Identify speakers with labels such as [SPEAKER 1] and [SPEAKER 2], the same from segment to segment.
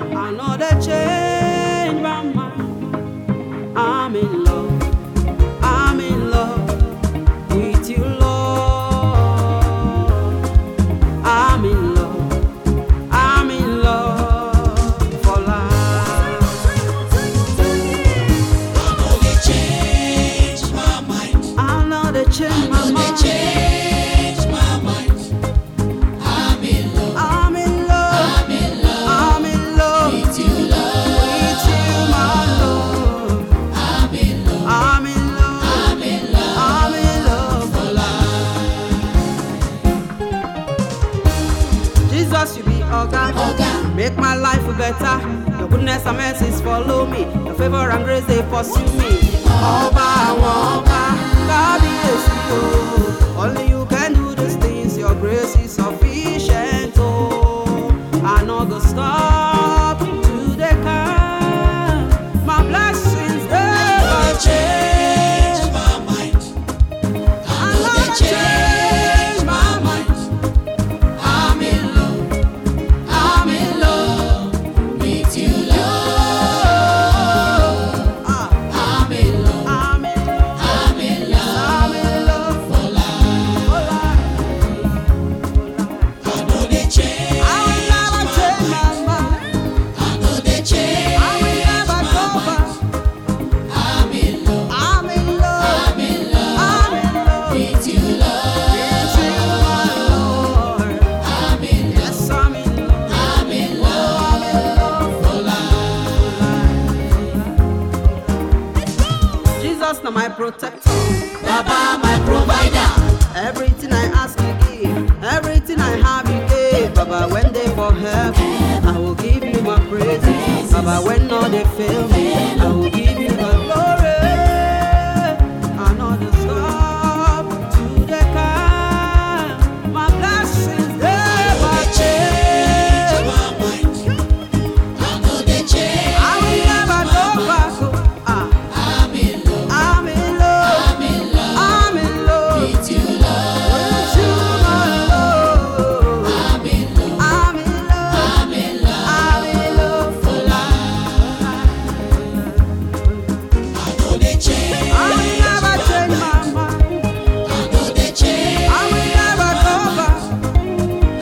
[SPEAKER 1] Lord, I change my mind. I'm in love. I'm in love with you, Lord. I'm in love. I'm in love for life.
[SPEAKER 2] I'm only change my mind.
[SPEAKER 1] I'm Lord, I change my
[SPEAKER 2] Only
[SPEAKER 1] mind.
[SPEAKER 2] change my mind. I'm in love.
[SPEAKER 1] I'm in love.
[SPEAKER 2] I'm in love
[SPEAKER 1] I'm in love with
[SPEAKER 2] with you, love.
[SPEAKER 1] you, my Lord.
[SPEAKER 2] I'm in love.
[SPEAKER 1] I'm in love.
[SPEAKER 2] I'm in love
[SPEAKER 1] I'm in love for
[SPEAKER 2] for life.
[SPEAKER 1] Jesus, you be Oga.
[SPEAKER 2] Oga.
[SPEAKER 1] Make my life better. Your goodness and mercies follow me. Your favor and grace they pursue me. Ọba àwọn ọba, kábíyèsí o. Only you can do these things, your grace is sufficient oh. o. I no go stop till they come. My blessings dey for
[SPEAKER 2] Only
[SPEAKER 1] me.
[SPEAKER 2] change my mind. I'm only change my mind. I'm in love. I'm in love with you, love.
[SPEAKER 1] Ah,
[SPEAKER 2] I'm in love.
[SPEAKER 1] I'm in love,
[SPEAKER 2] I'm in love
[SPEAKER 1] I'm in love
[SPEAKER 2] for life.
[SPEAKER 1] for life, for life, for life.
[SPEAKER 2] I know they change.
[SPEAKER 1] I will never change my mind.
[SPEAKER 2] I know they change.
[SPEAKER 1] I will never go back.
[SPEAKER 2] I'm in love.
[SPEAKER 1] I'm in love.
[SPEAKER 2] I'm in love
[SPEAKER 1] I'm in love. With
[SPEAKER 2] with you, love.
[SPEAKER 1] you, my Lord.
[SPEAKER 2] I'm in love.
[SPEAKER 1] Yes, I'm in love.
[SPEAKER 2] I'm in love
[SPEAKER 1] I'm in love.
[SPEAKER 2] for life.
[SPEAKER 1] Jesus, now my protector.
[SPEAKER 2] Baba, my provider.
[SPEAKER 1] Everything I ask you give, everything I have you gave. Baba, when they for heaven, I will give you my praises. Baba, when all they fail me, I will give you the glory. Another stop to the car. My blessings eh,
[SPEAKER 2] They
[SPEAKER 1] never
[SPEAKER 2] change
[SPEAKER 1] change.
[SPEAKER 2] my mind. I know they change.
[SPEAKER 1] I will never go back. oh, ah.
[SPEAKER 2] I'm in love.
[SPEAKER 1] I'm in love.
[SPEAKER 2] I'm
[SPEAKER 1] I'm
[SPEAKER 2] in love
[SPEAKER 1] in love
[SPEAKER 2] with you, love.
[SPEAKER 1] with you, my Lord.
[SPEAKER 2] I'm in love.
[SPEAKER 1] I'm in love. I'm
[SPEAKER 2] I'm in love
[SPEAKER 1] in love.
[SPEAKER 2] for life. I know they change.
[SPEAKER 1] I will never change my mind.
[SPEAKER 2] I know they change.
[SPEAKER 1] I will never go back.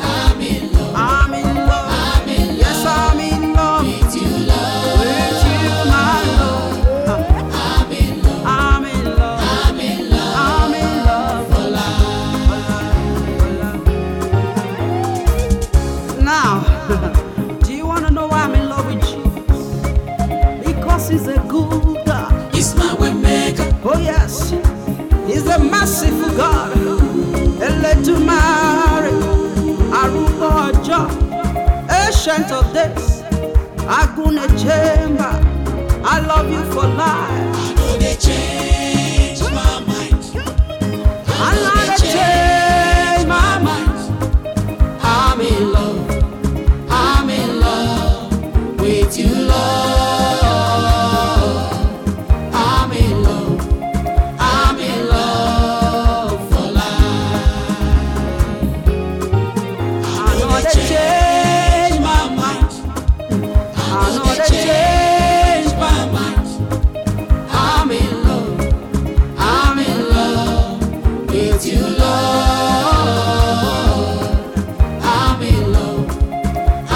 [SPEAKER 2] I'm in love.
[SPEAKER 1] I'm in love.
[SPEAKER 2] I'm in love
[SPEAKER 1] Yes, I'm in love
[SPEAKER 2] with you, love.
[SPEAKER 1] with you, my Lord.
[SPEAKER 2] I'm in love.
[SPEAKER 1] I'm in love.
[SPEAKER 2] I'm in love
[SPEAKER 1] I'm in love.
[SPEAKER 2] for life.
[SPEAKER 1] Now, do you want to know why I'm in love with Jesus? Because he's a good God.
[SPEAKER 2] It's my way maker.
[SPEAKER 1] Oh, yes. He's a merciful God. Eletumare, arúgbó ọjọ́, ancient of days, agúnlẹ̀ chamber. I love you for life.
[SPEAKER 2] I know they change my mind.
[SPEAKER 1] I love to change my mind.
[SPEAKER 2] I'm in love. I'm in love with you, love. I'm in love. I'm in love for life.
[SPEAKER 1] I know they change my
[SPEAKER 2] my mind.
[SPEAKER 1] I know they change.
[SPEAKER 2] Change my mind. I'm in love. I'm in love with you, love. I'm in love.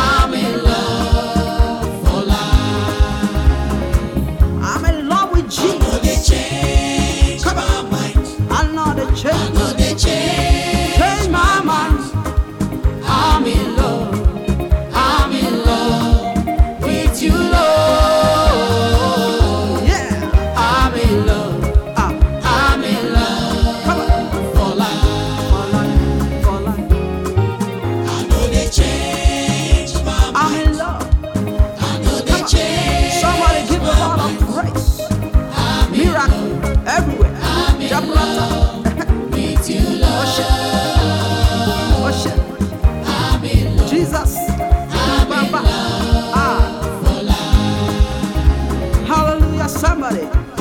[SPEAKER 2] I'm in love for life.
[SPEAKER 1] I'm in love with
[SPEAKER 2] Know
[SPEAKER 1] Jesus.
[SPEAKER 2] they change my mind.
[SPEAKER 1] I know they change
[SPEAKER 2] Know
[SPEAKER 1] my
[SPEAKER 2] they change
[SPEAKER 1] change
[SPEAKER 2] my
[SPEAKER 1] my
[SPEAKER 2] mind.
[SPEAKER 1] mind.
[SPEAKER 2] I'm in love. I'm in love with you, love.
[SPEAKER 1] Yeah.
[SPEAKER 2] I'm in love.
[SPEAKER 1] Ah,
[SPEAKER 2] I'm in love
[SPEAKER 1] come on.
[SPEAKER 2] for life.
[SPEAKER 1] For life, for life.
[SPEAKER 2] I know they change my mind.
[SPEAKER 1] I'm in love.
[SPEAKER 2] I know they change.
[SPEAKER 1] Somebody give the Lord a grace.
[SPEAKER 2] I'm in love
[SPEAKER 1] Miracle everywhere.
[SPEAKER 2] I'm in
[SPEAKER 1] Jabrata.
[SPEAKER 2] with you, love.
[SPEAKER 1] Worship. Worship.
[SPEAKER 2] I'm in love.
[SPEAKER 1] Jesus.
[SPEAKER 2] I'm in
[SPEAKER 1] Baba.
[SPEAKER 2] love
[SPEAKER 1] Ah.
[SPEAKER 2] for life.
[SPEAKER 1] Hallelujah. Somebody.